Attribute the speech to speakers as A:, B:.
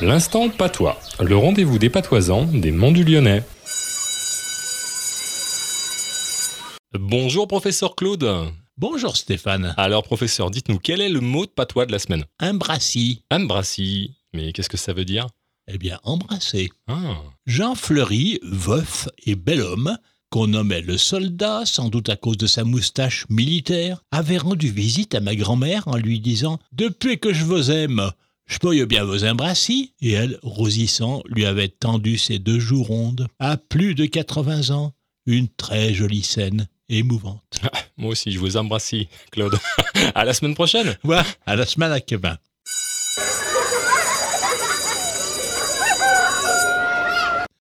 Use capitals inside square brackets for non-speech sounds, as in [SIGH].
A: L'instant patois, le rendez-vous des patoisans des Monts du Lyonnais. Bonjour professeur Claude.
B: Bonjour Stéphane.
A: Alors professeur, dites-nous quel est le mot de patois de la semaine
B: Imbrassi.
A: Embrassi. Mais qu'est-ce que ça veut dire
B: Eh bien, embrassé.
A: Ah,
B: Jean Fleury, veuf et bel homme, qu'on nommait le soldat, sans doute à cause de sa moustache militaire, avait rendu visite à ma grand-mère en lui disant Depuis que je vous aime, je peux bien vous embrasser. Et elle, rosissant, lui avait tendu ses deux joues rondes. À plus de 80 ans, une très jolie scène émouvante.
A: moi aussi je vous embrasse, Claude. [LAUGHS] à la semaine prochaine.
B: Voilà, à la semaine à Québec.